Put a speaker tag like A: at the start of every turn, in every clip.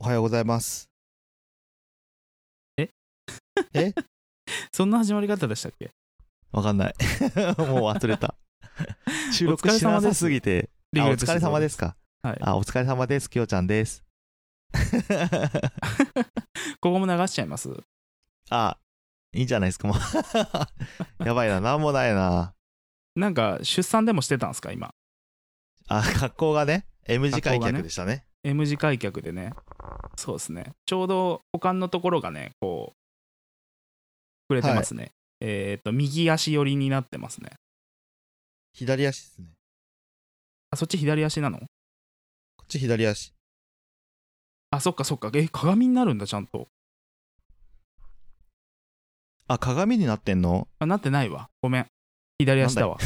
A: はようございます。
B: え
A: え
B: そんな始まり方でしたっけ。
A: わかんない。 もう忘れ た。収録しなさすぎて。あお疲れ様ですすか。
B: はい。
A: あ、お疲れ様です。きよちゃんです。
B: ここも流しちゃいます。
A: あ、いいんじゃないですか。も うやばいな。なんもないな。
B: なんか、出産でもしてたんですか、今。
A: あ、格好がね、M 字開
B: 格好が
A: 脚
B: ね
A: でしたね。
B: M 字開脚でね。そうですね。ちょうど、股間のところがね、こう、触れてますね。えっ、と、右足寄りになってますね。
A: 左足ですね。
B: あ、そっち左足なの
A: こっち左足。
B: あ、そっかそっか。え、鏡になるんだ、ちゃんと。
A: あ、鏡になってん の
B: あ、なってないわ。ごめん。左足だわ。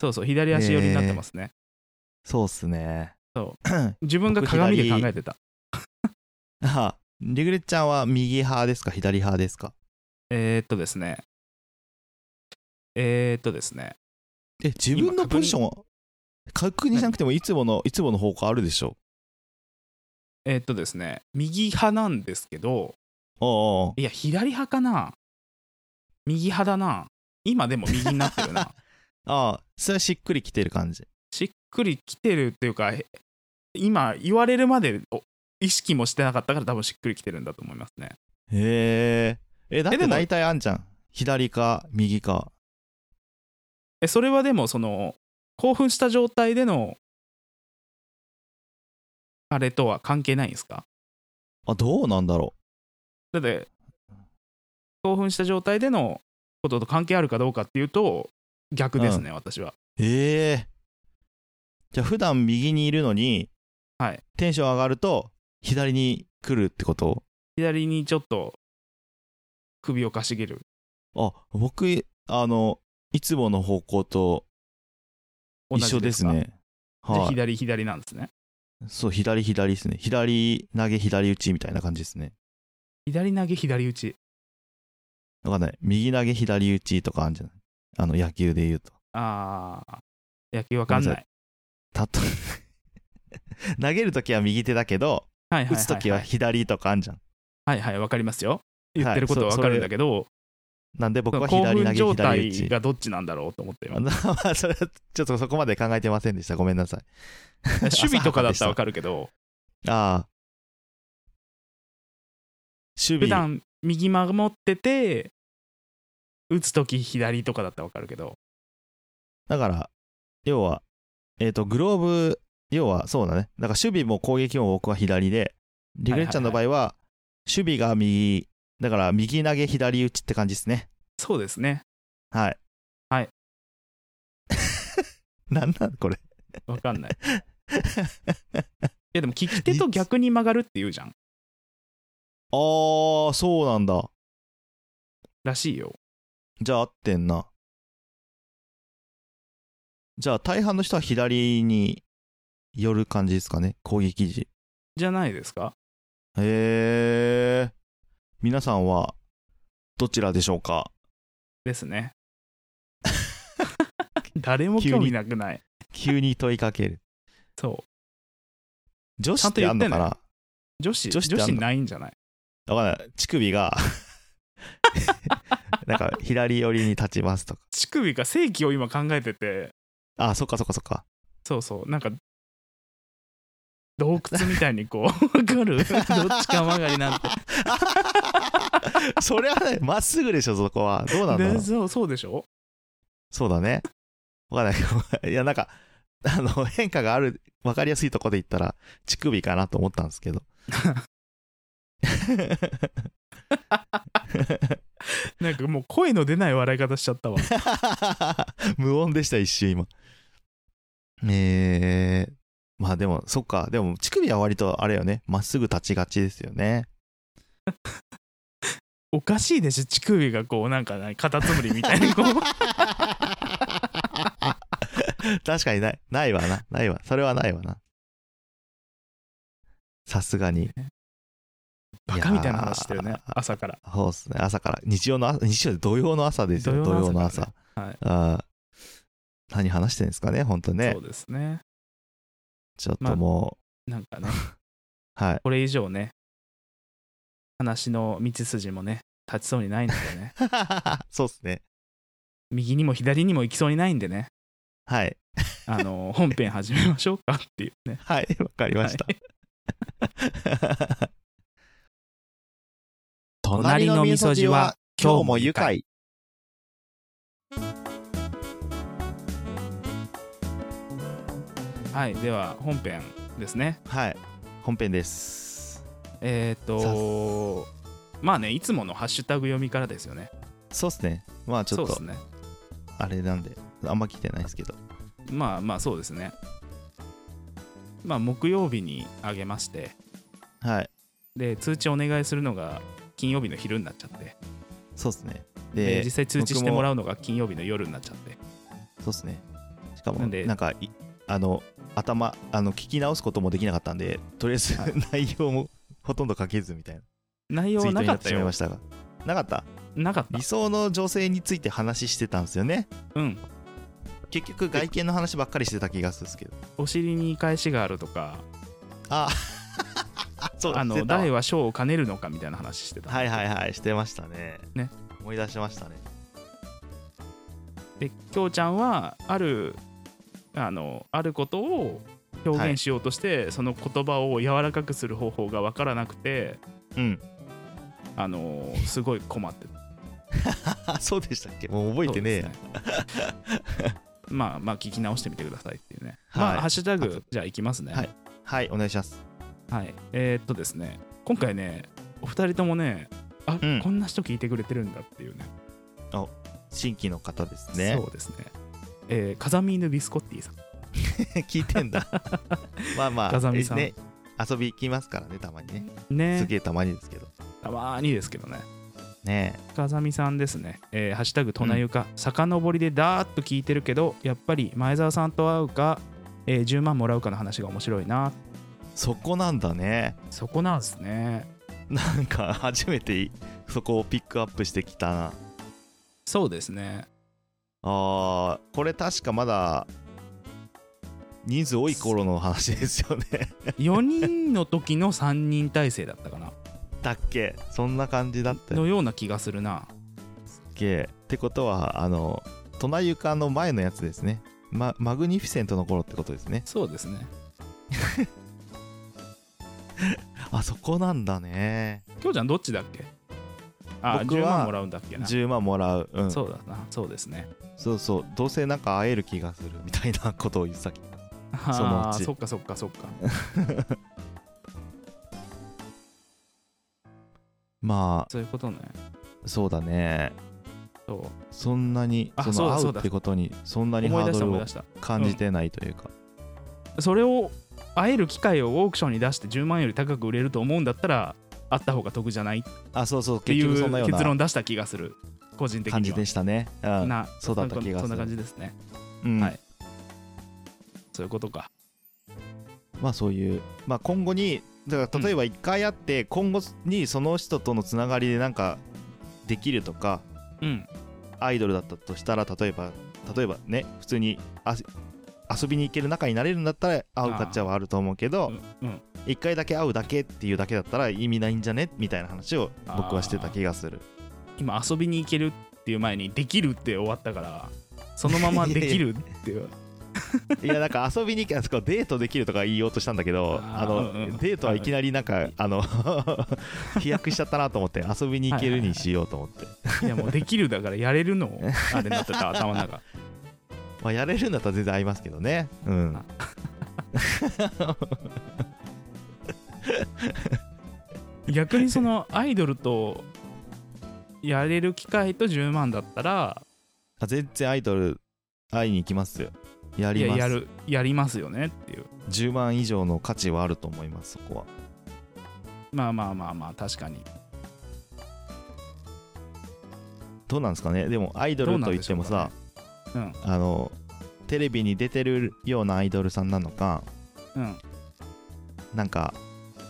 B: そうそう、左足寄りになってますね。
A: そうっすね。。
B: そう自分が鏡で考えてた。
A: あ、リグレッちゃんは右派ですか左派ですか
B: えー、っとですね。えー、っとですね。
A: え、自分のポジションは確認しなくてもいつもの、いつもの方向あるでしょ
B: えー、っとですね。右派なんですけど、
A: おうおう
B: いや、左派かな右派だな。今でも右になってるな。
A: ああ、それはしっくりきてる感じ。
B: しっくりきてるっていうか、へ今言われるまでお意識もしてなかったから多分しっくりきてるんだと思いますね。
A: へえ。え、だっ
B: え
A: て
B: でも
A: 大体あんじゃん。左か右か。
B: え、それはでもその、興奮した状態での、あれとは関係ないんですか
A: あ、どうなんだろ
B: だって興奮した状態でのことと関係あるかどうかっていうと逆ですね、私は
A: う。へえ。じゃあ普段右にいるのに、
B: はい
A: テンション上がると左に来るってこと
B: 左にちょっと首をかしげる
A: あ、僕、あの、いつもの方向と
B: 同
A: 一
B: じ
A: 緒です
B: か
A: ね。
B: じゃ
A: は
B: あ
A: い。
B: 左左なんですね
A: そう、左左ですね。左投げ左打ちみたいな感じですね。
B: 左投げ左打ち
A: わかんない。右投げ左打ちとかあるんじゃないあの、野球で言うと。
B: あー野球わかんない
A: たと、 投げるときは右手だけど、
B: はいはい
A: 打つときは左とかあんじゃん。
B: はいはいわかりますよ
A: い
B: 言ってることはわかるんだけど、
A: なんで僕は左
B: 興
A: 投
B: 奮
A: げ
B: 状
A: 左打
B: 態
A: ち。
B: がどっちなんだろうと思っ て今
A: あ まあそれはちょっとそこまで考えてませんでした。ごめんな さい。
B: 守備とかだったらわかるけど
A: ああ。守備。
B: 普段右守ってて打つとき左とかだったらわかるけど
A: だから、要は、えっ、と、グローブ、要はそうだね。だから守備も攻撃も僕は左で、リグレッチャンの場合は、守備が右、だから右投げ左打ちって感じですね。
B: そうですね
A: はい。
B: はい。
A: なんなんこれ。
B: わ かんない。いやでも利き手と逆に曲がるって言うじゃん。
A: あー、そうなんだ。
B: らしいよ。
A: じゃあ合ってんな。じゃあ大半の人は左に寄る感じですかね。攻撃時。
B: じゃないですか
A: へえ。皆さんはどちらでしょうか
B: で すね。誰も興味なくない。
A: 急に問いかける。
B: そう。
A: 女子ってあんのかな
B: ちゃん女子、
A: 女
B: 女
A: 子っ
B: 子
A: てあんの
B: ないんじゃない
A: わかんない。乳首が、なんか左寄りに立ちますとか。
B: 乳首が正規を今考えてて、
A: あ、そっかそっかそっか。
B: そうそう、なんか、洞窟みたいに こう、わかる どっちか曲がりなんて。
A: それはね、まっすぐでしょ、そこは。どうなんだろ
B: ね
A: う。
B: そうそうでしょ
A: そうだね。わかんない。い や、なんか、あの、変化がある、わかりやすいとこで言ったら、乳首かなと思ったんです けど。
B: なんかもう声の出ない笑い方しちゃったわ。
A: 無音でした、一瞬今。えー、まあでも、そっか。でも、乳首は割とあれよね。まっすぐ立ちがちですよね。
B: おかしいでしょ乳首がこう、なんか、カタツムリみたいに こう。
A: 確かにない。ないわな。ないわ。それはないわな。さすがに。
B: バカみたいな話してる
A: い
B: ね
A: や、ー
B: 朝から。
A: そうっすね。朝から。日曜の朝、日曜で土曜の朝ですよ。土
B: 土
A: 曜
B: 曜
A: の
B: の
A: 朝
B: 朝。はい、
A: あー何話してるんですかね、本当ね
B: そ。うですね。
A: ちょっ
B: ま
A: と
B: あ
A: も
B: なんかね、
A: はい。
B: これ以上ね、話の道筋もね、立ちそうにないので ね、
A: そうっすね。
B: 右にも左にも行きそうにないんでね、
A: はい。
B: あの、本編始めましょうかっていうね。
A: はい。わかりました。
B: 隣の味噌汁は今日も愉快。はい、では本編ですね。
A: はい。本編です。
B: えっ、
A: さ
B: と、まあね、いつものハッシュタグ読みからですよね。
A: そうっすね。まあち
B: そ
A: ょ
B: う
A: っ
B: で
A: と
B: すね。
A: あれなんで、あんま聞いてないですけど。
B: まあまあそうですね。まあ木曜日にあげまして、
A: はい。
B: で、通知お願いするのが金曜日の昼になっちゃって、
A: そうっすね。
B: で
A: で、
B: 実際通知してもらうのが金曜日の夜になっちゃって、
A: そうっすね。しかも、
B: なんで
A: なんかい、あの、頭、あの、聞き直すこともできなかったんで、とりあえず、
B: は
A: 内容もほとんど書けずみたいな。
B: 内
A: ツイ
B: 容
A: ート
B: な
A: に
B: か
A: な
B: っ
A: って
B: た
A: しまい
B: よ
A: ま。したが。なかった
B: なかっ
A: 理想の女性について話してたんですよね。
B: た。うん。
A: 結局、外見の話ばっかりしてた気がするんですけど。
B: お尻に返しがあるとか、
A: あそうだ
B: あ
A: して
B: の
A: たわ
B: 誰は賞を兼ねるのかみたいな話してた。
A: はいはいはいしてましたね
B: ね
A: 思い出しましたね
B: できょうちゃんはあるあのあることを表現しようとして、その言葉を柔らかくする方法が分からなくて
A: うん
B: あのすごい困ってた
A: あ そうでしたっけもう覚えてねえや
B: そうですね まあまあ聞き直してみてくださいっていうね、
A: はい
B: まあハッシュタグじゃあいきますね
A: はい、はいお願いします
B: はいえーっとですね今回ねお二人ともねあ、
A: うん
B: こんな人聞いてくれてるんだっていうね
A: 新規の方ですね
B: そうですねえー、風見犬ビスコッティさん
A: 聞いて んだまあまあ
B: 風見さん
A: ね遊び行きますからねたまにね
B: ね
A: すげえたまにですけど
B: たまーにですけどね
A: ね
B: 風見さんですね、えーハッシュタグとなゆか、遡りでだーっと聞いてるけど、やっぱり前澤さんと会うか、えー10万もらうかの話が面白いな、
A: えそこなんだね
B: そこなんですね。
A: なんか初めていそこをピックアップしてきたな
B: そうですね。
A: あーこれ確かまだ人数多い頃の話ですよね
B: 4人の時の3人体制だったかな、
A: だっけそんな感じだったよね
B: のような気がするな。
A: オッケーってことはあの「トナユカ」の前のやつですね、ま、マグニフィセントの頃ってことですね
B: そうですね。
A: あそこなんだね
B: きょうちゃん、どっちだっけあ、
A: 僕
B: 10
A: は
B: 万もらうんだっけな。
A: 10万もらう、うん、そう
B: そうだな、そうですね。
A: そうどうせなんか会える気がするみたいなことを言ってたっけそのう
B: あ
A: ち
B: ーそっかそっかそっか。
A: ま
B: そういうことね。
A: あそうだね
B: そう
A: そんなに
B: あ
A: そ
B: そう
A: の会
B: だそううだ
A: ってことにそんなにハ
B: 思い
A: ー
B: 出し
A: ド
B: た
A: ル
B: 思い
A: を
B: 出した。
A: 感じてないというか、
B: それを会える機会をオークションに出して10万円より高く売れると思うんだったらあった方が得じゃないっ
A: あそうそう
B: て
A: 結
B: い
A: 局そんなよ
B: う
A: う
B: 結
A: な
B: 論出した気がする個人的
A: 感
B: に
A: じ
B: は
A: でしたね、うん、
B: な
A: そうだった気が
B: そ
A: す
B: んな感
A: る
B: じですね
A: うん
B: はいそういうことか
A: まあそういう、まあ、今後にだから例えば1回会って今後にその人とのつながりでなんかできるとか
B: うん
A: アイドルだったとしたら例えば例えばね普通にあ遊びに行ける仲になれるんだったら会う価値はあると思うけ
B: う
A: ど
B: んうん
A: 1回だけ会うだけっていうだけだったら意味ないんじゃねみたいな話を僕はしてた気がする
B: 今遊びに行けるっていう前にできるって終わったからそのままできるっ ていう
A: いやなんか遊びに行けあそこデートできるとか言おうとしたんだけど
B: あー
A: あの、
B: うんうん
A: デートはいきなりなんかあの 飛躍しちゃったなと思って遊びに行けるにしようと思って
B: いやもうできるだからやれるのをあれになってた頭の中
A: まあ、やれるんだったら全然合いますけどね。うん
B: あ。逆にそのアイドルとやれる機会と10万だったら
A: あ全然アイドル会いに行きますよ。や
B: い
A: り
B: や
A: ます。
B: やるやりますよねっていう
A: 10万以上の価値はあると思います、そこは。
B: まあまあまあまあ確かに
A: どうなんですかねでもアイドルと言ってもさ、
B: どうなんでしょう
A: あの、テレビに出てるようなアイドルさんなのか、
B: うん
A: なんか、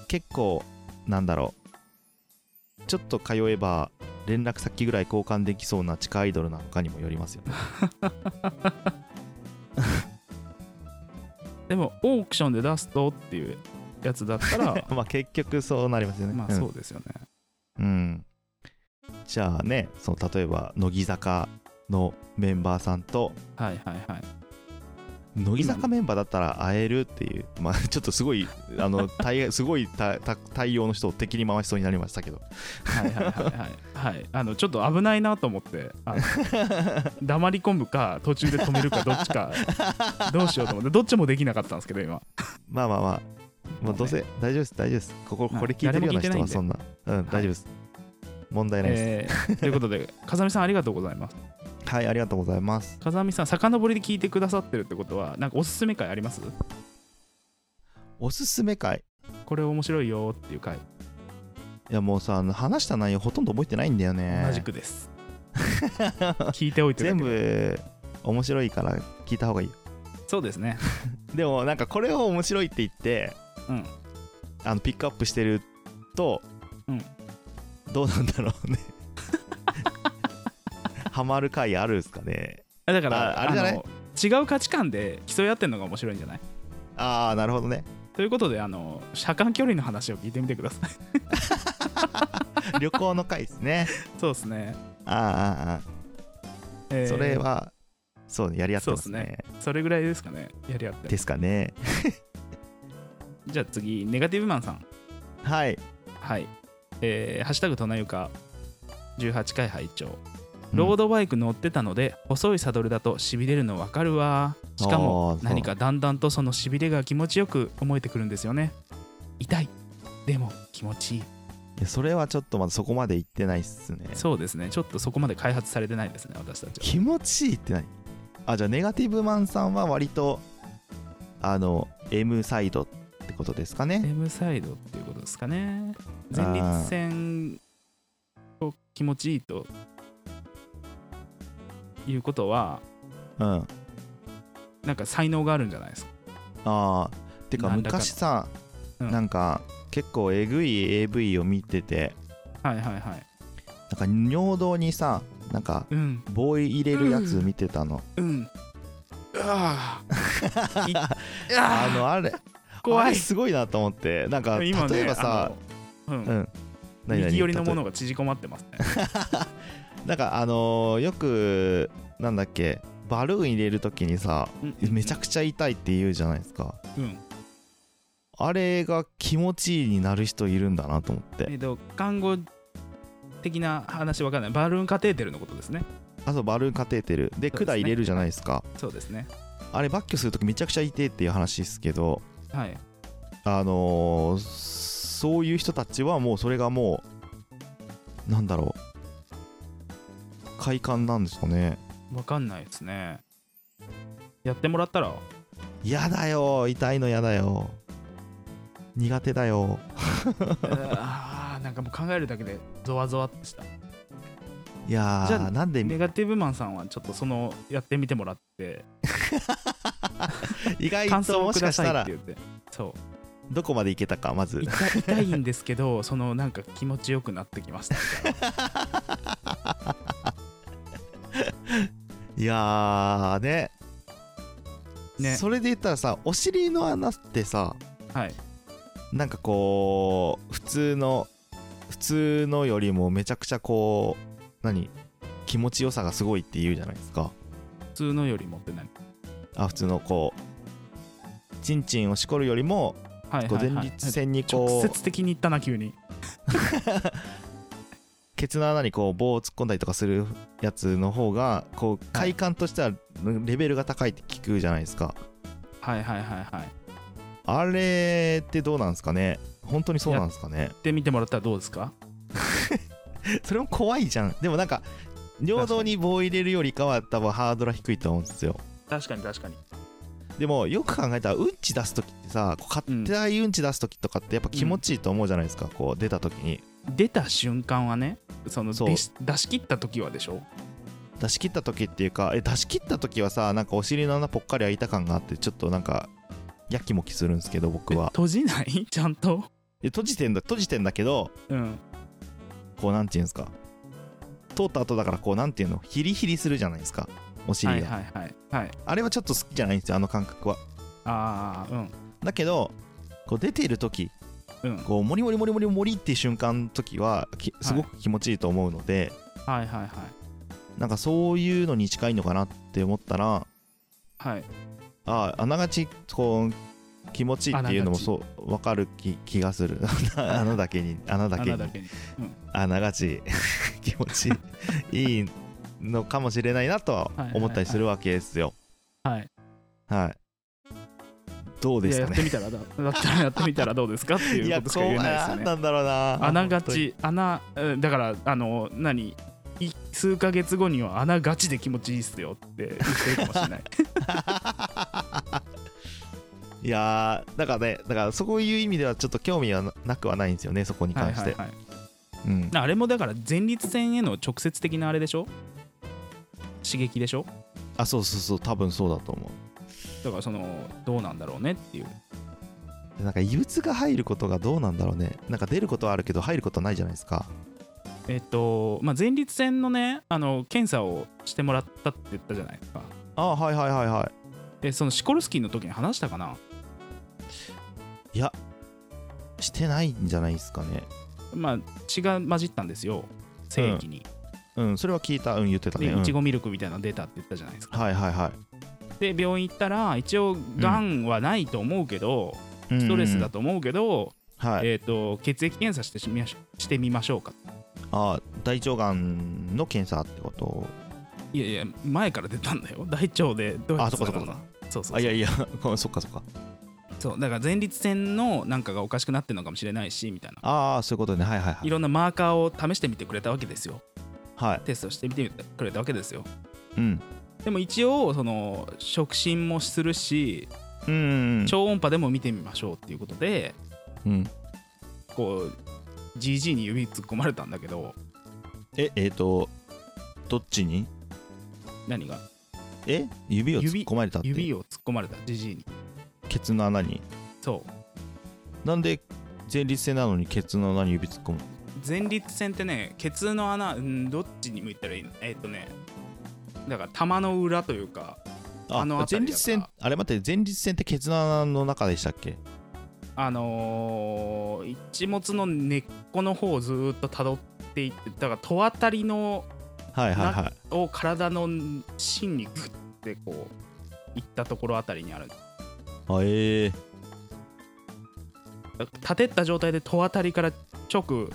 A: 結構、なんだろう、ちょっと通えば、連絡先ぐらい交換できそうな地下アイドルなのかにもよりますよ ね。
B: でもオークションで出すとっていうやつだったら
A: まあ結局そうなりますよね。
B: まあそうですよね、
A: うん、うんじゃあね、その例えば乃木坂のメンバーさんと
B: はいはいはい
A: 乃木坂メンバーだったら会えるっていう、まあ、 ちょっとすごい、あの、対 すごいたた対応の人を敵に回しそうになりましたけど。
B: はいはいはいはい、はい、あのちょっと危ないなと思ってあの 黙り込むか途中で止めるかどっちかどうしようと思ってどっちもできなかったんですけど今
A: まあまあまあ、まあ、どうせ大丈夫です、大丈夫です。ここ、
B: はい
A: これ聞いてるような人はそ
B: 誰
A: んな、うん、大丈夫です。問題ないです。
B: えーということで風見さんありがとうございます
A: はい、ありがとうございます。
B: 風見さん遡りで聞いてくださってるってことはなんかおすすめ回あります
A: おすすめ会。
B: これ面白いよっていう回
A: いや、もうさ、あの話した内容ほとんど覚えてないんだよね。
B: 同じくです、聞いておいてだ
A: 全
B: け
A: 部、面白いから聞いた方がいいよ。
B: そうですね
A: でも、なんかこれを面白いって言って、
B: うん
A: あのピックアップしてると、
B: うん
A: どうなんだろ うねハマる回あるんすかね
B: あだから
A: ああれじゃない
B: の違う価値観で競い合ってるのが面白いんじゃない
A: ああなるほどね
B: ということであの車間距離の話を聞いてみてください
A: 旅行の回ですね
B: そうですね、
A: あああああ
B: え
A: あ
B: ー
A: それはそうねやり合ってますね
B: そうそれぐらいですかねやり合って
A: ですかね
B: じゃあ次ネガティブマンさん
A: はい
B: はいえーハッシュタグとなゆか18回拝聴ロー
A: ド
B: ドバイク乗ってたので、細いサドルだとしびれるのわかるわしか
A: あ
B: も
A: ーそう
B: 何かだんだんとそのしびれが気持ちよく思えてくるんですよね痛いでも気持ちいい
A: それはちょっとまだそこまで行ってないっすね
B: そうですねちょっとそこまで開発されてないですね私たちは
A: 気持ちいいって何あじゃあネガティブマンさんは割とあの M サイドってことですかね
B: M サイドっていうことですかね前立腺を気持ちいいということは
A: うん
B: なんか才能があるんじゃないですか
A: ああてか
B: 何らかの
A: 昔さ
B: うん
A: なんか結構えぐい AV を見てて
B: はいはいはい
A: なんか尿道にさなんか
B: うん
A: 棒入れるやつ見てたの、
B: うんうわあいあ
A: あのあれ
B: 怖
A: あ
B: い
A: れすごいなと思ってなんか、
B: 今ね
A: 例えばさ、
B: あのうん
A: うん何々
B: 右寄りのも
A: 例
B: のが縮こまってますね
A: えなんかあのーよくなんだっけバルーン入れる時にさめちゃ
B: く
A: くちゃ痛いって言うじゃないですか
B: うん
A: あれが気持ちいいになる人いるんだなと思っ
B: え
A: て
B: っと看護的な話わかんないバルーンカテーテルのことですね
A: あとバルーンカテーテルで
B: そうですね
A: 管入れるじゃないですか
B: そうですね
A: あれバッキョする時めちゃくちゃ痛いっていう話ですけど
B: はい
A: あのーそういう人たちはもうそれがもうなんだろう快感なんですかね
B: わかんないですねやってもら ったら
A: やだよ痛いのやだよ苦手だよ
B: あーなんかもう考えるだけでゾワゾワってした
A: いや
B: じゃあ
A: ーなんで
B: ネガティブマンさんはちょっとそのやってみてもらって
A: 意外
B: 感
A: と
B: 想を
A: も
B: く
A: し
B: だ
A: かし
B: さ
A: た
B: いっ
A: ら
B: て言ってそう
A: どこまでいけたかまず
B: 痛い痛いんですけど そのなんか気持ちよくなってきましたみたい
A: いやーね
B: ね
A: それで言ったらさお尻の穴ってさ
B: なはい
A: なんかこう普通の普通のよりもめちゃくちゃこう何気持ちよさがすごいって言うじゃないですか
B: 普通のよりもって何
A: あ普通のこうチンチンをしこるよりも
B: はい
A: こ
B: は
A: う
B: い、
A: 前
B: はい、
A: 立腺に
B: 直
A: こう
B: 接的に言ったな急に
A: ケツの穴にこう棒を突っ込んだりとかするやつの方がこう快感としてはレベルが高いって聞くじゃないですか
B: はいはいはいはい
A: あれってどうなんですかね本当にそうなんですかね
B: で見てもらったらどうですか
A: それも怖いじゃんでもなんか尿道に棒入れるよりかは多分ハードルは低いと思うんですよ
B: 確かに確かに
A: でもよく考えたらうんち出す時ってさこう硬いうんち出す時とかってやっぱ気持ちいいと思うじゃないですか、こう出た時に
B: 出た瞬間はねその
A: そう
B: 出し出し切った時はでしょ
A: 出し切った時っていうかえ出し切った時はさなんかお尻の穴ぽっかり開いた感があってちょっとなんかやきもきするんですけど僕は
B: 閉じないちゃんと
A: え閉じてんだ閉じてんだけど
B: うん
A: こうなんていうんですか通った後だからこうなんていうのヒリヒリするじゃないですかお尻
B: は
A: が、
B: いはいはいはい
A: あれはちょっと好きじゃないんですよあの感覚は
B: ああうん
A: だけどこう出ている時
B: うん
A: こうモリモリモリモリモリっていう瞬間の時はきすごく気持ちいいと思うので、
B: はいはいはい
A: なんかそういうのに近いのかなって思ったら
B: はい
A: あああながちこう気持ちいいっていうのもそう分かる気気がする 穴だけに穴だけ
B: 穴
A: に
B: だけに
A: あながち 気持ちいいいいのかもしれないなとは思ったりするわけですよ
B: はい
A: はいどうで
B: いや
A: す
B: や
A: かね
B: ってみたらだだったらやってみたらどうですかっていうことしか言えないですよ
A: こう
B: ね
A: なんだろうな
B: 穴が
A: 本当に
B: ち穴うんだからあの何い数ヶ月後には穴がちで気持ちいいっすよって言ってるかもしれない
A: いやーだからねだからそういう意味ではちょっと興味はななくはないんですよねそこに
B: は
A: 関
B: い
A: し
B: はい
A: て
B: はい
A: うん
B: あれもだから前立腺への直接的なあれでしょ刺激でしょ
A: あそうそうそう多分そうだと思
B: だからそのどうなんだろうねっていう
A: うなんか異物が入ることがどうなんだろうねなんか出ることはあるけど入ることないじゃないですか
B: えっとまあ前立腺のねあの検査をしてもらったって言ったじゃないですか
A: あはいはいはいは
B: でそのシコルスキーの時に話したかない
A: いやしてないんじゃないですかね
B: まあ血が混じったんですよ精液に、
A: うんそれは聞いたうん言ってたね、
B: で
A: うん
B: いちごミルクみたいなの出たって言ったじゃないですか、
A: はいはいは
B: で病院行ったら一応がんはないと思うけど、
A: い
B: ストレスだ
A: と、
B: と思うけど、
A: はい、
B: えっと血液検査してしみまししてみましょうか
A: あ大腸がんの検査ってこと
B: いやいや前から出たんだよ 大腸でどうやって
A: あそっかそっか
B: つながるのそうそう
A: あいやいやごめんそっかそっか
B: そうだから前立腺のなんかがおかしくなってるのかもしれないしみたいな
A: ああそういうことねはいはいはいい
B: ろんなマーカーを試してみてくれたわけですよ
A: はい
B: テストしてみてくれたわけですよ
A: うん
B: でも一応その触診もするし
A: うんうん
B: 超音波でも見てみましょうっていうことで
A: うんうん
B: こう GG に指突っ込まれたんだけど
A: ええっ、とどっちに
B: 何が
A: え指を突っ込まれたって
B: 指を突っ込まれた GG に
A: ケツの穴に
B: そう
A: なんで前立腺なのにケツの穴に指突っ込む
B: 前立腺ってねケツの穴うんどっちに向いたらいいのえっ、とねだから玉の裏というか
A: あ
B: あの辺
A: 前
B: り
A: 立腺
B: だか
A: あれ待って前立腺ってケツの穴の中でしたっけ
B: あのー一物の根っこの方をずーっと辿っていってだから戸当たりの
A: はいはいはい
B: を体の芯にグッてこういったところあたりにあるだか
A: あえー、
B: ら立てった状態で戸当たりから直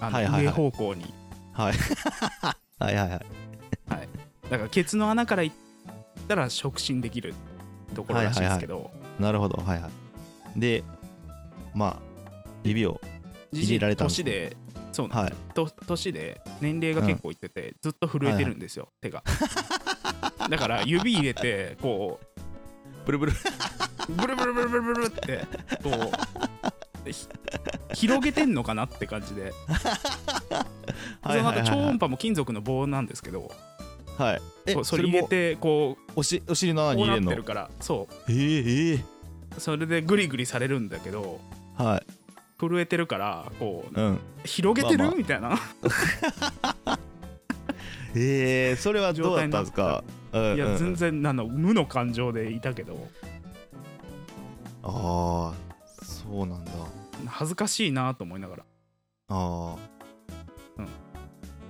B: あの、
A: はいはいはい
B: 上方向に
A: はいはいはいはい
B: だからケツの穴からいったら触診できるところらしいですけど、
A: なるほどはいはいでまあ指を
B: じ
A: いじられたんです
B: 年でそうなん
A: はい
B: ですと年で年齢が結構いってて、ずっと震えてるんですよ、手がだから指入れてこ
A: ブルブル
B: うブルブルブルブルブルってこうひ広げてんのかなって感じでそ
A: はい
B: の
A: はいは
B: 後
A: い
B: 超
A: は
B: 音波も金属の棒なんですけど
A: いはいえ
B: そうそ
A: そ
B: れ
A: れ
B: 入れ
A: も
B: てこう
A: おしお尻の穴に
B: こう
A: 入れ
B: なっ
A: るの
B: てるからそ
A: えー、えー
B: うそれでグリグリされるんだけど
A: はい
B: 震えてるからこう
A: うん
B: 広げてる、
A: まあまあ
B: みたいな
A: えー、それはどうだったんですかうんう
B: い
A: んう
B: や
A: ん
B: 全然あの無の感情でいたけど
A: ああそうなんだ
B: 恥ずかしいなと思いながら
A: あ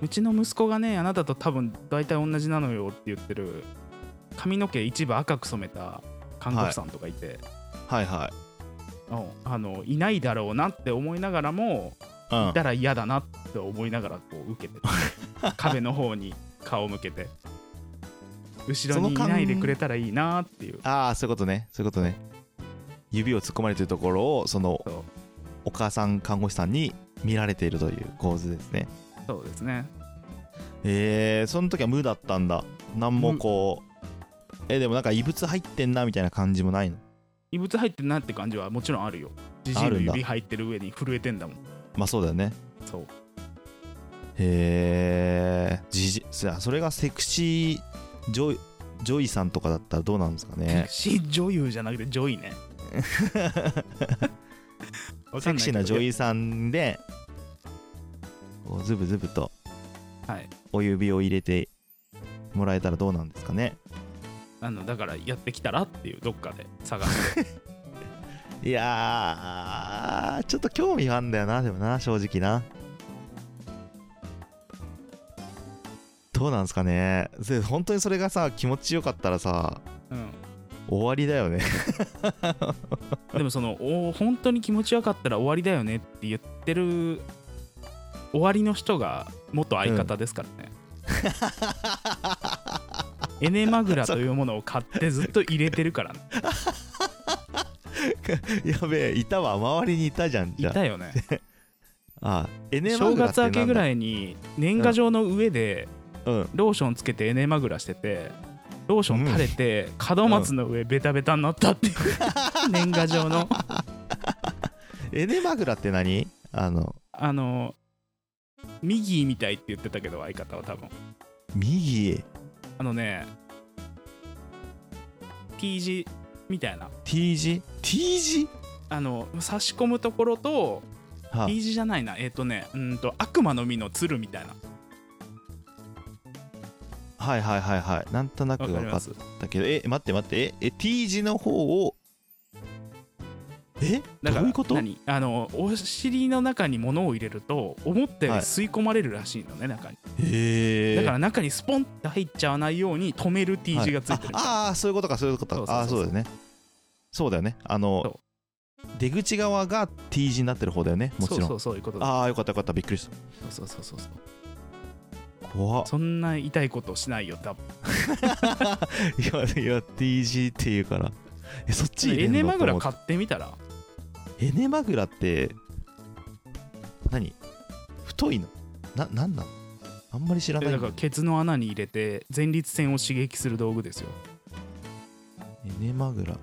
B: うちの息子がねあなたと多分大体同じなのよって言ってる髪の毛一部赤く染めた看護婦さんとかいて、
A: あはいはい
B: うんあのいないだろうなって思いながらも
A: うん
B: いたら嫌だなって思いながらこう受けて 壁の方に顔向けて後ろにいないでくれたらいいなっていう
A: ああそういうことねそういうことね指を突っ込まれてるところをその
B: そう
A: お母さん看護師さんに見られているという構図ですね
B: そうですね
A: えー、その時は無だったんだなんもこうえでもなんか異物入ってんなみたいな感じもないの
B: 異物入ってんなって感じはもちろんあるよじじ
A: あ
B: いの
A: るんだ
B: 指入ってる上に震えてんだもん
A: まあそうだよね
B: そう
A: へえじじそそれがセクシージョイジョイさんとかだったらどうなんですか
B: セ
A: ね
B: クシー女優じゃなくて女医ねわか
A: セ
B: ん
A: ク
B: い
A: シ
B: け
A: ー
B: ど
A: な女優さんでこうズブズブと
B: はい
A: お指を入れてもらえたらどうなんですかね
B: あのだからやってきたらっていうどっかで探して
A: いやー、ちょっと興味はあんだよな、でもな、正直な。どうなんですかね。で本当にそれがさ、気持ちよかったらさ、
B: うん、
A: 終わりだよね。
B: でもそのお本当に気持ちよかったら終わりだよねって言ってる終わりの人が元相方ですから ね、エネマグラというものを買ってずっと入れてるからね
A: やべえ、いたわ、周りにいたじゃん、
B: い
A: じゃ
B: たよね
A: あ。あ、エネマ
B: 正
A: グラってな
B: 月明
A: んだ
B: けぐらいに年賀状の上で
A: うん。
B: ローションつけてエネマグラしててローション垂れて門松の上ベタベタになったっていう 年賀状の
A: エネマグラって何あの、
B: あのミギーみたいって言ってたけど相方は多分
A: 右、
B: あのね T 字みたいな
A: T 字 ?T 字
B: あの差し込むところと
A: は
B: T 字じゃないなえっ、とねうんと悪魔の実の鶴みたいな
A: はいはいはいはい。なんとなく
B: わかり
A: 分か
B: ま
A: っ
B: す
A: たけど、え、待って待って、え、え T 字の方を、え
B: だか
A: ど
B: ら
A: ういうこと
B: 何あのお尻の中に物を入れると思ったより吸い込まれるらしいのね、中に
A: へえ。
B: だから中にスポンって入っちゃわないように止める T 字がついてる、
A: はいああーそういうことかそういうこと
B: そう
A: か
B: そう
A: ああー
B: そう
A: そう
B: そう
A: だよねそうだよねあ
B: そ
A: の出口側が T 字になってる方だよねもちろん
B: そうそうそういうことだ
A: ああよかったよかったびっくりし
B: そうそうそうそう
A: た怖っ
B: そんな痛いことしないよ多分
A: いやいや T 字っていうからえそっち入れ
B: エ
A: んの
B: ネマグラ
A: と思っ
B: 買ってみたら
A: てエネマグラって何太いのななんなのあんまり知ら
B: え
A: ない
B: だ
A: ん
B: か
A: だ
B: らケツの穴に入れて前立腺を刺激する道具ですよ
A: エネマグラ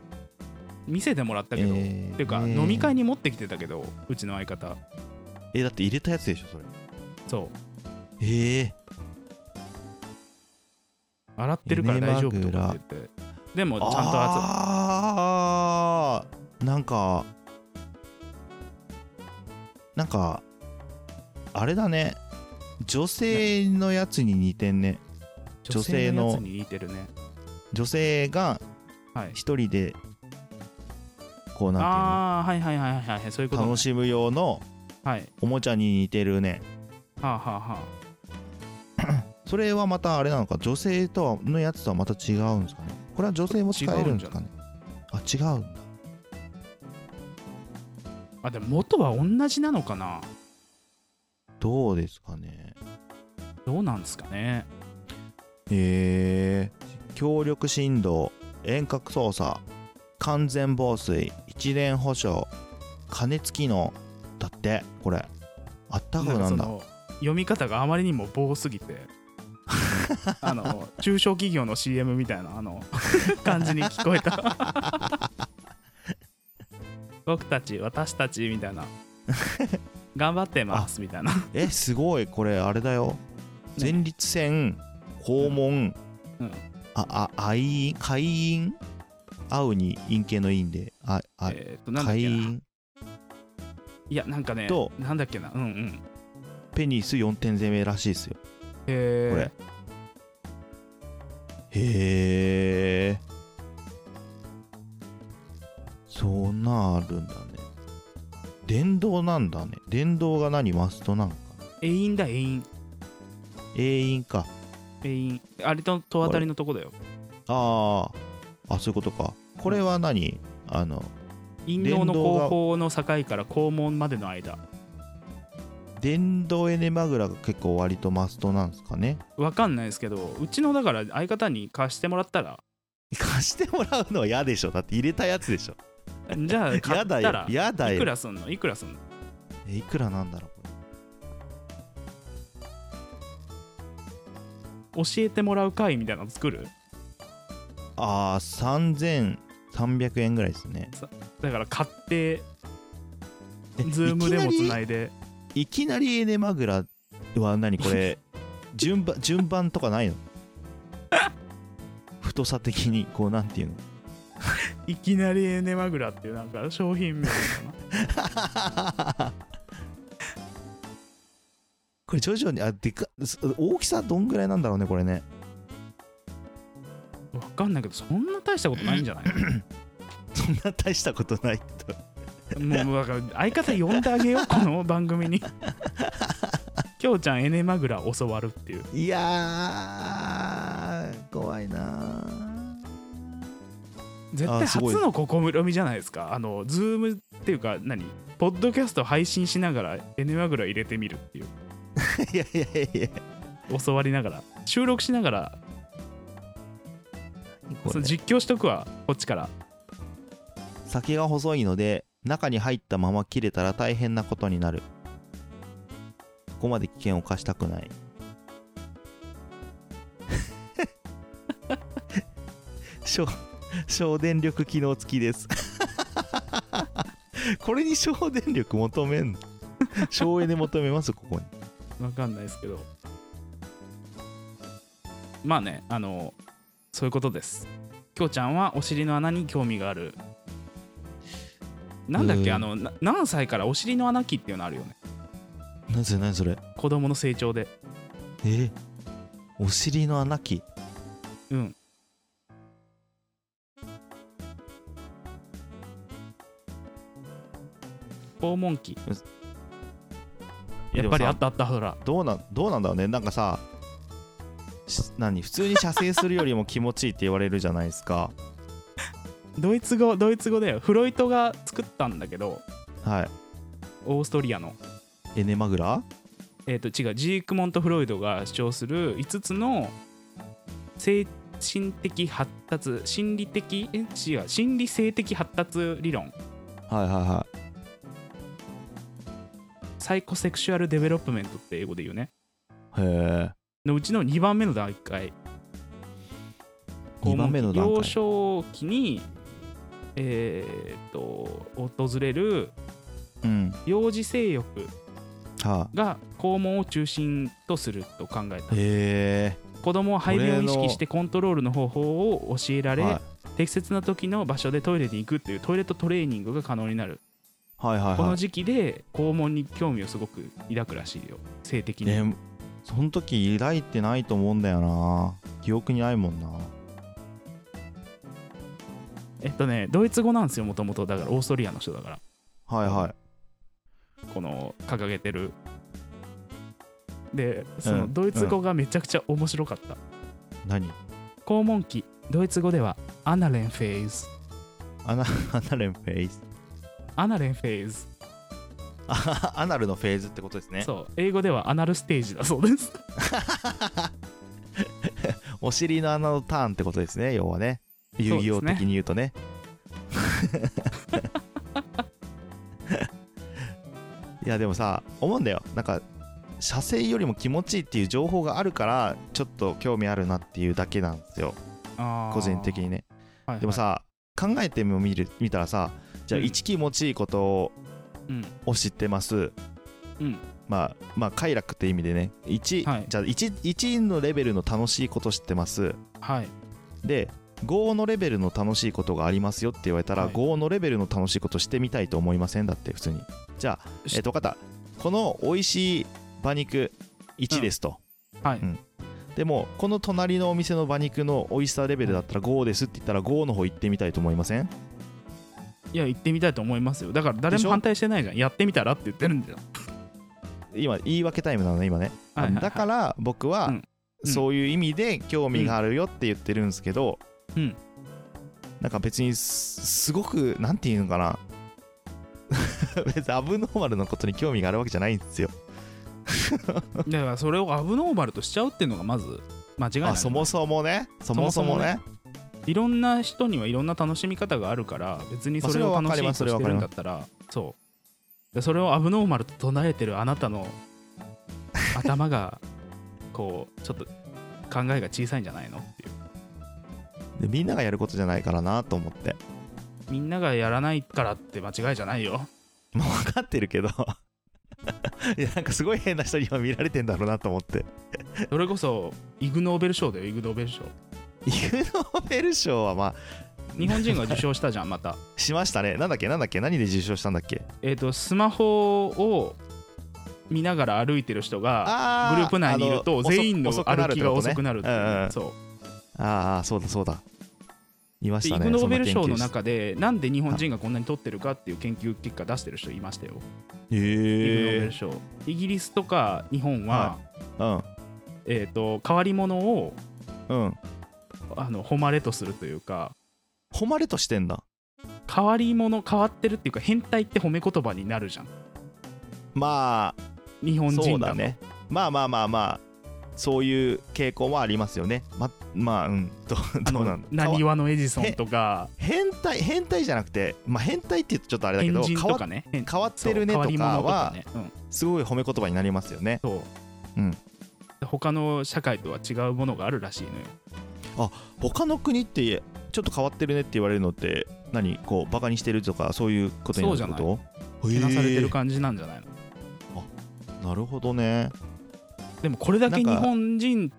B: 見せてもらったけど、
A: えー
B: っていう
A: え
B: か、
A: ー
B: 飲み会に持ってきてたけどうちの相方
A: えだって入れたやつでしょそれ
B: そう
A: ええ
B: 洗ってるから大丈夫とかって言ってでもちゃんと洗っ
A: ああなんかなんかあれだね女性のやつに似てんね
B: て
A: 女性の
B: やつに似てるね
A: 女性が
B: はい
A: 一人でこうなん
B: ああはいはいはいはいはいそういう
A: ていうの
B: ことね
A: 楽しむ用の
B: はい
A: おもちゃに似てるね
B: はあはあは
A: それはまたあれなのか女性とはのやつとはまた違うんですかねこれは女性も使えるんですかねあ違うんだ
B: ああでも元は同じなのかな
A: どうですかね
B: どうなんですかね
A: へえ協力振動遠隔操作完全防水一連保証加熱機能だってこれあったかくな
B: そ
A: んだ
B: の読み方があまりにも棒す ぎてあの中小企業の CM みたいな あの感じに聞こえた僕たち私たちみたいな頑張っ てますみたいな
A: えすごいこれあれだよ
B: ね
A: 前立腺肛門、
B: うん
A: ああ愛飲会員会うに陰形の陰でああ
B: えっ、となんだっ
A: 会
B: けな
A: 員
B: いやなんかね
A: と
B: なんだっけなうんうん
A: ペニス4点攻めらしいですよ
B: えー、
A: これへえそうなるんだね電動なんだね電動が何マストなんかな
B: 永遠だ永遠
A: 永遠か
B: 永遠あれと戸当たりのとこだよ
A: あーあそういうことかこれは何あの
B: 陰謀の
A: 電動が
B: 後方の境から肛門までの間
A: 電動エネマグラが結構割とマストなんですかね
B: わかんないですけどうちのだから相方に貸してもらったら
A: 貸してもらうのは嫌でしょだって入れたやつでしょ
B: じゃあ買
A: 嫌
B: っ
A: だ
B: た
A: よ
B: ら
A: 嫌だ
B: いく
A: よ
B: らすんのいくらすんの
A: えいくらなんだろうこれ
B: 教えてもらう会みたいなの作る
A: ああ3300円ぐらいですね
B: だから買って
A: え
B: ズームでも
A: いき
B: つ
A: なり
B: ないで
A: いきなりエネマグラは何こ れ順番順番とか ないの太さ的にこうなん ていうの
B: いきなりエネマグラっていうなんか商品名かな
A: これ徐々にあでかす大きさどんぐらいなんだろうねこれね
B: わかんないけどそんな大したことないんじゃない
A: そんな大したことないと。
B: もうだから相方呼んであげようこの番組にきょうちゃんエネマグラ教わるっていう
A: いやー、怖いな
B: 絶
A: あー
B: 対
A: す
B: 初
A: ごい
B: の試みじゃないですかあのズームっていうか何ポッドキャスト配信しながらエネマグラ入れてみるっていう
A: ー。いやいやいやいや。
B: 教わりながら収録しながら
A: こ
B: そ
A: れ
B: の実況しとくわこっちから
A: 先が細いので中に入ったまま切れたら大変なことになるここまで危険を冒したくない 省省電力機能付きです これに省電力求めんの省エネ求めますここに
B: わかんないですけどまあねあのそういうことですきょうちゃんはお尻の穴に興味があるなんだっ
A: う
B: け
A: ん
B: あのな何歳からお尻の穴期っていうのあるよね
A: 何それ何それ
B: 子供の成長で
A: えお尻の穴き
B: うん訪問期やっぱりあったあったほら
A: どうなんどうなんだろうねなんかさし何普通に射精するよりも気持ちいいって言われるじゃないですか
B: ドイツ語ドイツ語だよフロイトが作ったんだけど
A: は
B: オーストリアの
A: いエネマグラ
B: えー、と違うジーク・モント・フロイドが主張する5つの精神的発達心理的え違う心理性的発達理論
A: はいはいはい
B: サイコセクシュアル・デベロップメントって英語で言うね
A: へえ
B: のうちの2番目の段階
A: 2番目の段
B: 幼
A: 階
B: 少期にえー、と訪れる
A: うん
B: 幼児性欲
A: は
B: が肛門を中心とすると考えた
A: いへ
B: 子供は排便を意
A: 俺
B: 識
A: の
B: してコントロールの方法を教えら
A: え
B: れ、
A: はい
B: 適切な時の場所でトイレに行くっていうトイレットトレーニングが可能になる、
A: はいはい
B: こ
A: は
B: の
A: い
B: 時期で肛門に興味をすごく抱くらしいよ性的に、
A: ねその時抱いてないと思うんだよな記憶にないもんな
B: えっとねドイツ語なんですよもともとだからオーストリアの人だから
A: はいはい
B: この掲げてるでそうの
A: ん
B: ドイツ語がめちゃくちゃ面白かった、
A: 何
B: 肛門期ドイツ語ではアナレンフェーズ
A: アナアナルのフェイズ
B: アナレンフェーズ、
A: あ アナルのフェーズってことですね
B: そう英語ではアナルステージだそうです
A: お尻の穴のターンってことですね要はね遊戯王的に言うと ねいやでもさ思うんだよなんか射精よりも気持ちいいっていう情報があるからちょっと興味あるなっていうだけなんですよ個
B: 個
A: 人的にね
B: はいはい
A: でもさ考えても見る見たらさじゃあ
B: うん
A: 一気持ちいいこと
B: うん
A: を知ってます、
B: うん
A: まあまあ快楽って意味でね1、
B: はい
A: じゃあ 1, 1のレベルの楽しいこと知ってます
B: はい
A: で5のレベルの楽しいことがありますよって言われたら、
B: はい
A: 5のレベルの楽しいことしてみたいと思いませんだって普通にじゃあ
B: し
A: えっと分かったこの美味しい馬肉1ですと、
B: はい、
A: うんでもこの隣のお店の馬肉の美味しさレベルだったら5ですって言ったら5の方行ってみたいと思いません
B: いや行ってみたいと思いますよだから誰
A: でしょ
B: も反対してないじゃんやってみたらって言ってるんだよ、
A: 今言い訳タイムなのね今ね、
B: はいはいはい
A: だから僕
B: う
A: は
B: んうん
A: そういう意味で興味があるよって言ってるんですけど、
B: うん
A: なんか別にすすごくなんていうのかな 別にアブノーマルのことに興味があるわけじゃないんですよ
B: だからそれをアブノーマルとしちゃうっていうのがまず間違いない
A: あそもそもねそもそもね
B: いろんな人にはいろんな楽しみ方があるから別に
A: まあ
B: それ
A: そ
B: を
A: れは分
B: 楽
A: か
B: し
A: り
B: いと
A: ます
B: してるんだったらそうでそれをアブノーマルと唱えてるあなたの頭がこうちょっと考えが小さいんじゃないのっていう
A: でみんながやることじゃないからなと思って
B: みんながやらないからって間違いじゃないよ
A: もう分かってるけど いやなんかすごい変な人に今見られてんだろうなと思って
B: それこそイグ・ノーベル賞だよイグ・ノーベル賞
A: イグ・ノーベル賞はまあ
B: 日本人が受賞したじゃんまた
A: しましたねなんだっけなんだっけ何で受賞したんだっけ
B: えー、とスマホを見ながら歩いてる人が
A: あ
B: グループ内にいると全員の歩きが遅く
A: なる
B: なるっていう
A: うんうん
B: そう
A: ああそうだそうだいまし
B: で
A: た
B: イ
A: ね。
B: グ・ノーベル
A: そ
B: 賞
A: ん
B: の
A: な研究
B: 中でなんで日本人がこんなに取ってるかっていう研究結果出してる人いましたよ、イグ・ノーベ
A: 室
B: ル賞イギリスとか日本は、
A: はへ
B: えー、と変わり者を
A: え。うん。うん。
B: あの誉れとするというか
A: 誉れとしてんだ。
B: 変わり者変わってるっていうか変態って褒め言葉になるじゃん
A: まあ、
B: 日本人
A: そう
B: だ
A: だ
B: と
A: ね。まあまあまあまあ、そういう傾向もありますよね。ま、まあ、うん。 どう
B: あ
A: どうなんだ
B: のなにわのエジソンとか
A: 変態、変態じゃなくて、まあ変態って言うとちょっとあれだけ
B: 変
A: ど、
B: 人
A: 変
B: と
A: わ
B: かね変
A: 変わっ
B: そう
A: てるねと
B: 変
A: か
B: わり者
A: は、
B: ねうん、
A: すごい褒め言葉になりますよね。
B: そう、
A: うん
B: 他の社会とは違うものがあるらしいのよ
A: 他の国って、ちょっと変わってるねって言われるのって、何こう、バカにしてるとか、そういうことになるってこと
B: けなされてる
A: か。
B: 感じなんじゃないの、
A: なるほどね。
B: でもこれだけ日
A: なんか
B: 本人っ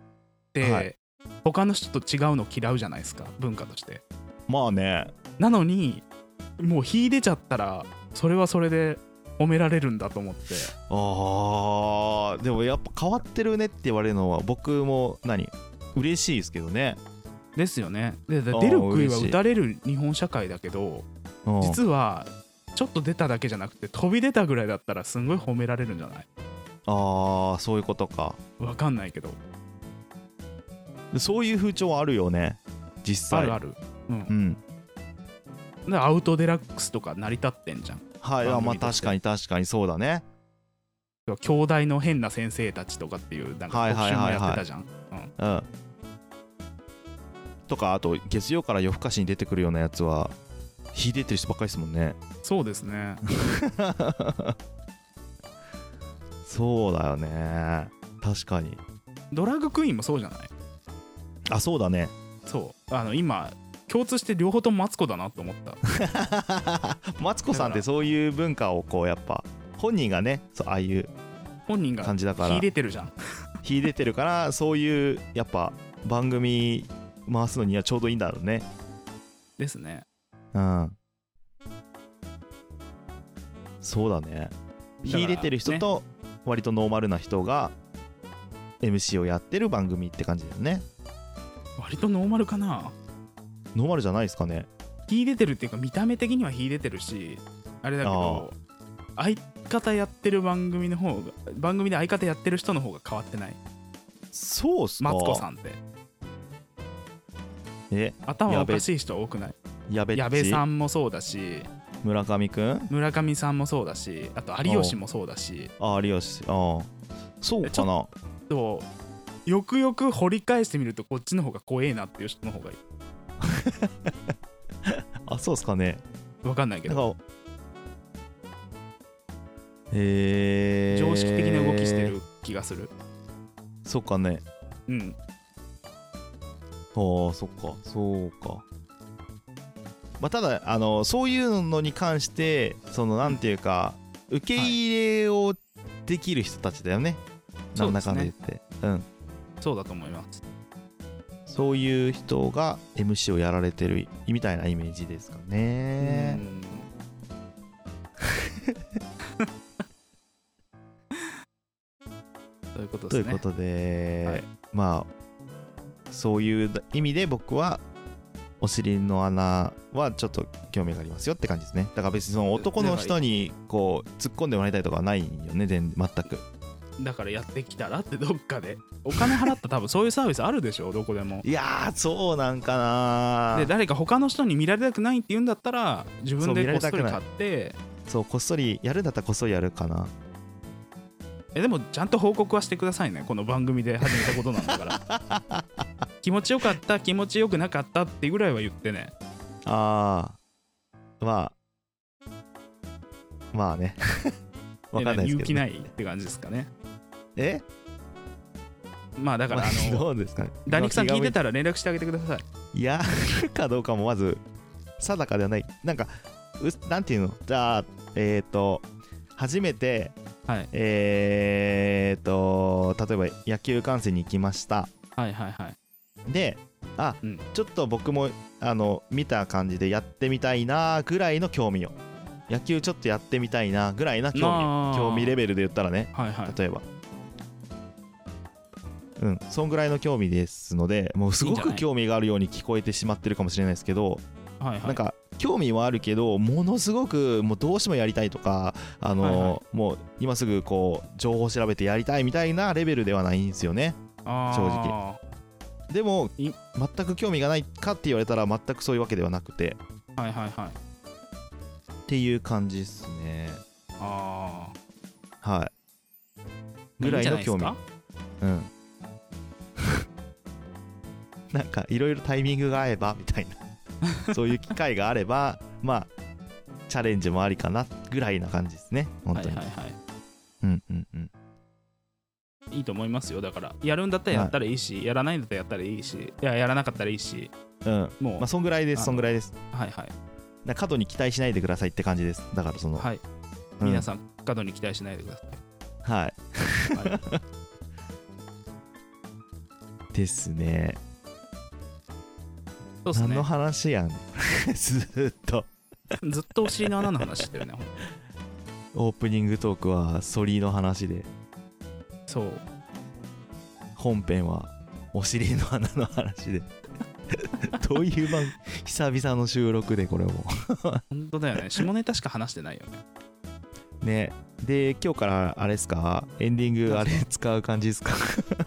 B: て、
A: はい
B: 他の人と違うの嫌うじゃないですか文化として
A: まあね。
B: なのにもう秀でちゃったらそれはそれで褒められるんだと思って
A: あーでもやっぱ変わってるねって言われるのは僕も何嬉しいですけどね
B: ですよねでで
A: あー
B: 出る杭は
A: 嬉しい
B: 打たれる日本社会だけど
A: うん
B: 実はちょっと出ただけじゃなくて飛び出たぐらいだったらすんごい褒められるんじゃない
A: ああそういうことか
B: わかんないけど
A: でそういう風潮はあるよね実際
B: あるある、うん、
A: うん
B: でアウトデラックスとか成り立ってんじゃん
A: はいあ
B: 番
A: まあ
B: 組と
A: 確
B: して
A: かに確かにそうだね
B: 兄弟の変な先生たちとかっていうなん
A: は
B: か
A: い
B: 特
A: はい
B: 集も
A: はいはい
B: やってたじゃん、
A: うんとかあと月曜から夜更かしに出てくるようなやつは秀でてる人ばっかりですもんね
B: そうですね
A: そうだよね確かに
B: ドラッグクイーンもそうじゃない
A: あそうだね
B: そうあの今共通して両方ともマツコだなと思った
A: マツコさんっ
B: だか
A: て
B: ら
A: そういう文化をこうやっぱ本人がねそうああいう
B: 本人が
A: 感じだから
B: 秀でてるじゃん
A: 秀でてるからそういうやっぱ番組回すのにはちょうどいいんだろうね
B: ですね
A: うんそうだね
B: だから
A: 秀でてる人と割とノーマルな人が MC をやってる番組って感じだよね
B: 割とノーマルかな
A: ノーマルじゃないですかね
B: 秀でてるっていうか見た目的には秀でてるしあれだけど相方やってる番組の方が番組で相方やってる人の方が変わってない
A: そうっすか
B: マツコさ
A: ん
B: んって
A: え
B: 頭おかしい人多くない
A: 矢部っち
B: 矢部さんもそうだし
A: 村上くん
B: 村上さんもそうだしあと有吉もそうだし
A: あ有吉ああそう
B: えち
A: かな
B: とよくよく掘り返してみるとこっちの方が怖えなっていう人の方がいい
A: あそうっすかね
B: わかんないけ
A: なん
B: ど
A: かえー、
B: 常識的な動きしてる気がする、
A: そっかね
B: うん
A: ああそっかそうかまあただあのそういうのに関してそのなんていうか受け入れをできる人たちだよね、なんだかんだ言って、うん
B: そうだと思います
A: そういう人が MC をやられてるみたいなイメージですかね
B: うんそういうこ
A: と
B: とで
A: いう
B: すね
A: ことで、
B: はい
A: まあそういう意味で僕はお尻の穴はちょっと興味がありますよって感じですねだから別にその男の人にこう突っ込んでもらいたいとかはないよね全全く
B: だからやってきたらってどっかでお金払ったら多分そういうサービスあるでしょどこでも
A: いやーそうなんかな
B: で
A: ー
B: 誰か他の人に見られたくないって言うんだったら自
A: そう
B: 分
A: 見
B: で
A: られ
B: こっそ
A: たく
B: り
A: ない
B: 買って
A: そうこっそりやるんだったらこっそりやるかな
B: えでもちゃんと報告はしてくださいねこの番組で始めたことなんだから 気持ちよかった気持ちよくなかったってぐらいは言ってね
A: あーまあまあ ねわかんないです
B: え勇
A: け
B: 気
A: ど、ね、
B: ないって感じですかね
A: え
B: まあだからあ の
A: どうですかね
B: ダニクさん聞いて
A: た
B: たら連絡してあげてください
A: やるかどうかもまず定かではないなんかうなんていうのじゃあえっ、ー、と初めて
B: はい
A: えー、と例えば野球観戦に行きました
B: はいはいはい
A: であ、
B: うん
A: ちょっと僕もあの見た感じでやってみたいなぐらいの興味を野球ちょっとやってみたいなぐらいな興味
B: あー
A: 興味レベルで言ったらね
B: はいはい
A: 例えばうん、そんぐらいの興味ですのでもうすご
B: いいんじゃな
A: く
B: い
A: 興味があるように聞こえてしまってるかもしれないですけど
B: はいはい
A: なんか興味はあるけどものすごくもうどうしてもやりたいとかあの、
B: はいは
A: もう今すぐこう情報を調べてやりたいみたいなレベルではないんですよね正直でも
B: い
A: 全く興味がないかって言われたら全くそういうわけではなくて
B: 直はいはいはい
A: っていう感じですね
B: あ
A: はい
B: ー
A: ぐらいの興味
B: んじゃな
A: うん なんかいろいろタイミングが合えばみたい なそういう機会があればまあチャレンジもありかなぐらいな感じですね本
B: い
A: 当
B: で
A: に、
B: すかはいはいは
A: うんうんうん
B: いいいと思いますよだからやるんだったらやったらいいし、やらないんだったらやったらいいしいややらなかったらいいし
A: うん
B: もう、
A: まあそんぐらいで
B: あ
A: す
B: の
A: そんぐらいです
B: はいはい
A: だ過度に期待しないでくださいって感じですだからその、
B: はい、
A: うん
B: 皆さん過度に期待しないでください
A: はい
B: はい
A: ですね
B: そうです
A: 何の
B: ね。
A: 話やん ずーっと
B: ずっとお尻の穴の話してるね。ほんと
A: オープニングトークはソリの話で
B: そう。
A: 本編はお尻の穴の話で どういう番久々の収録でこれも
B: 本当だよね。下ネタしか話してないよね。
A: ねで今日からあれですかエンディングあれ使う感じですか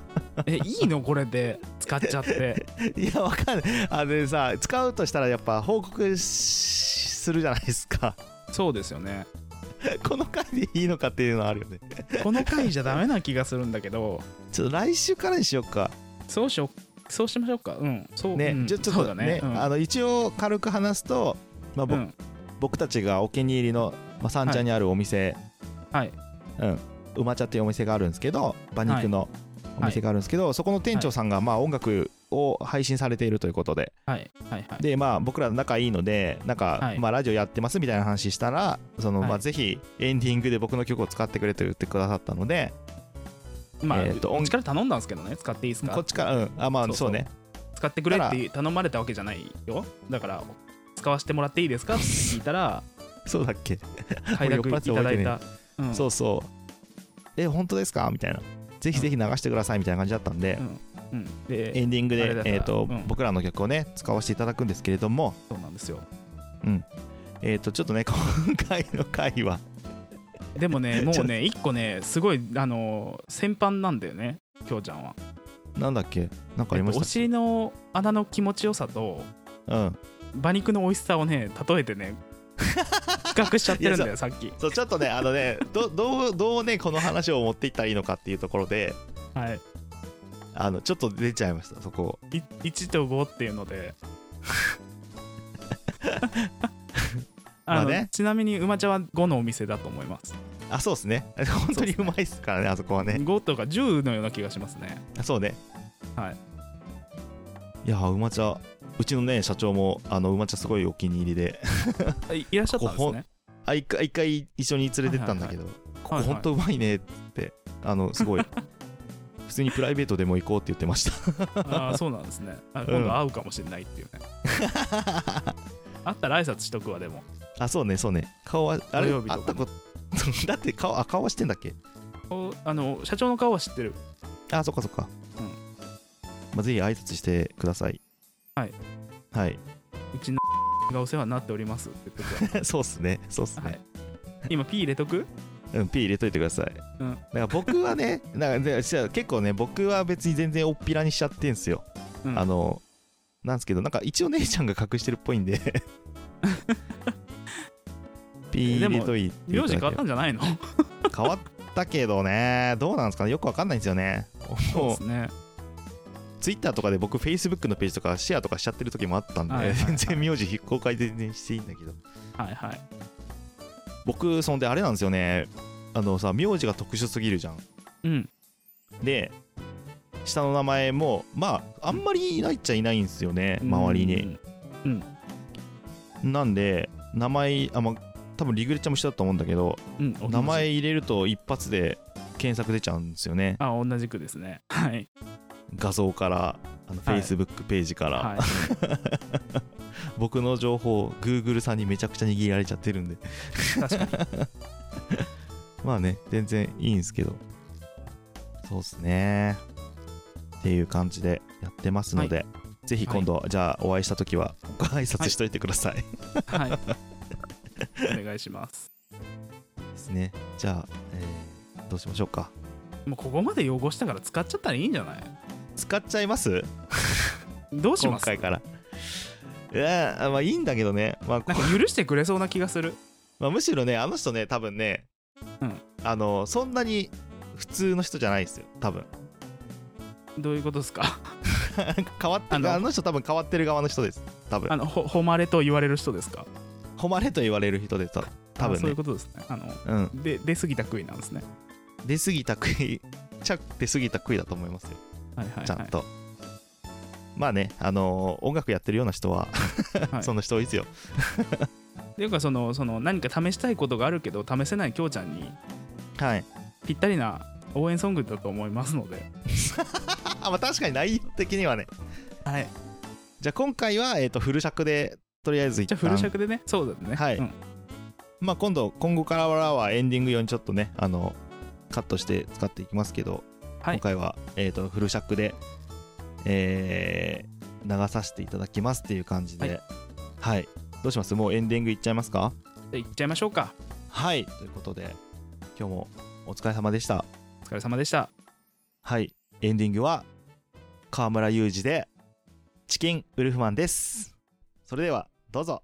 B: え、いいの これで使っちゃって。
A: いやわかんないあでさ使うとしたらやっぱ報告しするじゃないですか
B: そうですよね。
A: この回でいいのかっていうのはあるよね
B: この回じゃダメな気がするんだけど、
A: ちょっと来週からにしようか
B: そうしよう。そうしましょうか。うん。そう。
A: ね、
B: うん
A: じゃちょっ
B: そ
A: と
B: うだね。うん
A: あの一応軽く話すと、まあぼ
B: うん
A: 僕たちがお気に入りの、まあ、三茶にあるお店、
B: はい。
A: うん、うま茶っていうお店があるんですけど馬肉のお店があるんですけど、そこの店長さんがまあ音楽を配信されているということで
B: はい。はい。はい。
A: でまあ僕ら仲いいのでなんか、
B: はい
A: まあ、ラジオやってますみたいな話したらその、ま
B: は
A: あ、
B: い
A: ぜひエンディングで僕の曲を使ってくれと言ってくださったので
B: まあ、
A: えーと音
B: こっちから頼んだんですけどね。使っていいです
A: こっ
B: か
A: ちからうんあまあ
B: そうそ
A: そううね
B: 使ってくれって頼まれたわけじゃないよ。だから、使わせてもらっていいですかって聞い たら、
A: そうだっけ、
B: 快諾いただいた。うん
A: そうそうえ本当ですかみたいなぜひぜひ流してくださいみたいな感じだったんで、
B: うん。
A: エ
B: で、
A: ンディング
B: あ
A: で
B: れだ、から
A: えーと
B: うん
A: 僕らの曲をね使わせていただくんですけれども、
B: そうなんですよ。
A: えー、とちょっとね 今回の回は
B: でも ね
A: ち
B: も
A: ょ
B: うね一個ねすごいあの先般なんだよねきょうちゃんは
A: なんだっけなんかありま
B: えっとお
A: したっ
B: 尻の穴の気持ちよさと
A: け、うん
B: 馬肉の美味しさをね例え てね比較しちゃってるんだよさっき
A: そうちょっとねあのね どどうどうねこの話を持っていったらいいのかっていうところで
B: はい
A: あのちょっと出ちゃいましたそこ
B: い1と5っていう のであの
A: まあね
B: ちなみに馬茶は5のお店だと思います、
A: あそうですね 本当にうまいっすからねあそこはね
B: 5とか10のような気がしますね
A: あそうね
B: はい
A: いやーうま茶うちのね社長もあのうま茶すごいお気に入りで
B: あいいらっしゃったんですね
A: あ一回一回一緒に連れてったんだけど、ここほんとうまいねってあのすごい 普通にプライベートでも行こうって言ってました
B: ああそうなんですねあ今度会うかもしれないっていうね、会ったら挨拶しとくわでも
A: あそうねそうね顔はあれ会
B: 土曜
A: っ
B: 日とかね
A: たこと だって顔あ顔はしてんだっけ
B: おあの社長の顔は知ってる
A: あそっかそっか
B: うん
A: まあぜひ挨拶してください
B: はい
A: はいう
B: ちのがお世話になっておりますって言っとくわ
A: そうっすねそうっすね、
B: はい今 P 入れとく
A: うん P 入れといてください、
B: うん
A: だから僕はねなんかでじゃあ結構ね僕は別に全然おっぴらにしちゃってんすよ、
B: うん
A: あのなんですけどなんか一応姉ちゃんが隠してるっぽいん で P 入れといていた
B: 名字
A: だ
B: 変
A: ければ
B: わったんじゃないの
A: 変わったけどねどうなんですかねよくわかんないんですよね
B: そう
A: も
B: で
A: う
B: すね
A: ツイッターとかで僕、フェイスブックのページとかシェアとかしちゃってる時もあったんで、
B: はいはいはい
A: 全然名字非公開で全然していいんだけど、
B: はいはい
A: 僕、そんであれなんですよね、あのさ、名字が特殊すぎるじゃん。
B: うん
A: で、下の名前も、まあ、あんまりいないっちゃいないんですよね、周り
B: う
A: に。
B: ん
A: なんで、名前、あまあ、多分リグレちゃんも一緒だと思うんだけど、
B: うん同じ
A: 名前入れると一発で検索出ちゃうんですよね、
B: あ同じくですねはい
A: 画像から、あのフ
B: は
A: ェ
B: い
A: イスブックページから。
B: はい
A: 僕の情報 Google さんにめちゃくちゃ握られちゃってるんで
B: 確かに
A: まあね全然いいんですけどそうっすねっていう感じでやってますので、ぜひ今度、じゃあお会いした時はご挨拶しといてください、
B: はい。お願いします。
A: ですねじゃあ、えーどうしましょうか
B: もうここまで汚したから使っちゃったらいいんじゃない
A: 使っちゃいます
B: どうし
A: 今
B: ます
A: 回からいやーまあいいんだけどね、まあこ
B: なんか許してくれそうな気がする。
A: まあむしろねあの人ね多分ね、
B: うん
A: あのそんなに普通の人じゃないですよ多分
B: どういうことですか
A: 変わって
B: あ
A: る
B: の
A: あの人多分変わってる側の人です多分
B: あの、ほ誉れと言われる人ですか
A: 誉れと言われる人でた多
B: あ
A: 分
B: そうい
A: ね
B: うことですね。あの、
A: うん
B: で出過ぎた悔いなんですね。
A: 出過ぎた悔いちゃ出過ぎた悔いだと思いますよ
B: はいはい、はい。
A: ちゃんと、まあねあのー音楽やってるような人は、
B: はい
A: そんな人多いですよ
B: っていうかそのその何か試したいことがあるけど試せないきょうちゃんに
A: はい
B: ぴったりな応援ソングだと思いますので、
A: あまあ確かに内容的にはね
B: はい、
A: じゃあ今回は、えー、とフル尺でとりあえず一
B: じゃ
A: 旦
B: あフル尺でねそうだね
A: はい
B: うん
A: まあ今度今後からはエンディング用にちょっとねあのカットして使っていきますけど、
B: はい
A: 今回は、えー、とフル尺で、えー流させていただきますっていう感じではい、どうしますもうエンディングいっちゃいますか
B: じゃあいっちゃいましょうか
A: はいということで今日もお疲れ様でした
B: お疲れ様でした
A: はいエンディングは河村雄二でチキンウルフマンですそれではどうぞ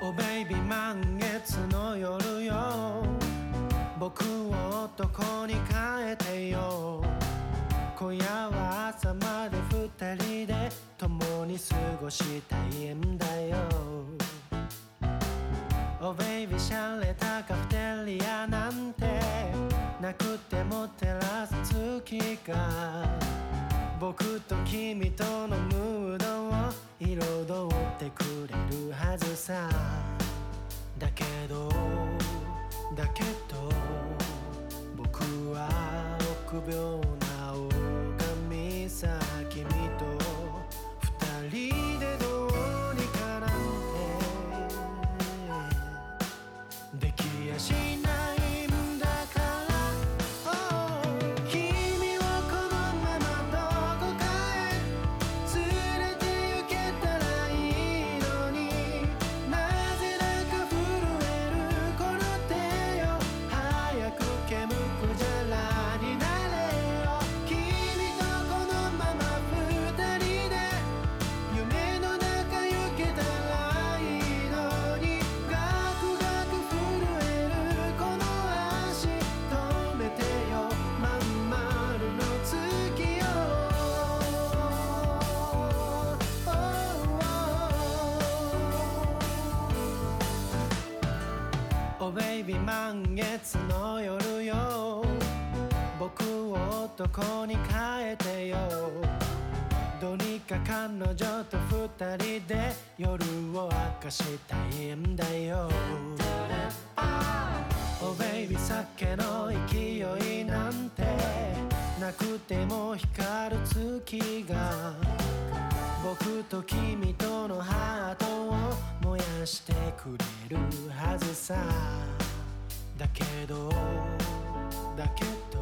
C: おベイビー満月の夜よ僕を男に変えてよ今夜は朝まで二人で共に過ごしたいんだよおベイビーシャレたカフェテリアなんてなくても照らす月が僕と君とのムードを彩ってくれるはずさだけどだけど僕は臆病な狼さ君と二人でどうにかなんてできやしないんだから「君はこのままどこかへ」「連れて行けたらいいのに」「なぜだか震えるこの手よ」「早く煙くじゃらになれよ」「君とこのまま二人で」「夢の中行けたらいいのに」「ガクガク震えるこの足」「止めてよまん丸の月よ」おベイビー満月の夜よ僕を男に変えてよどうにか彼女と二人で夜を明かしたいんだよおベイビー酒の勢いなんてなくても光る月が僕と君とのハートを燃やしてくれるはずさだけどだけど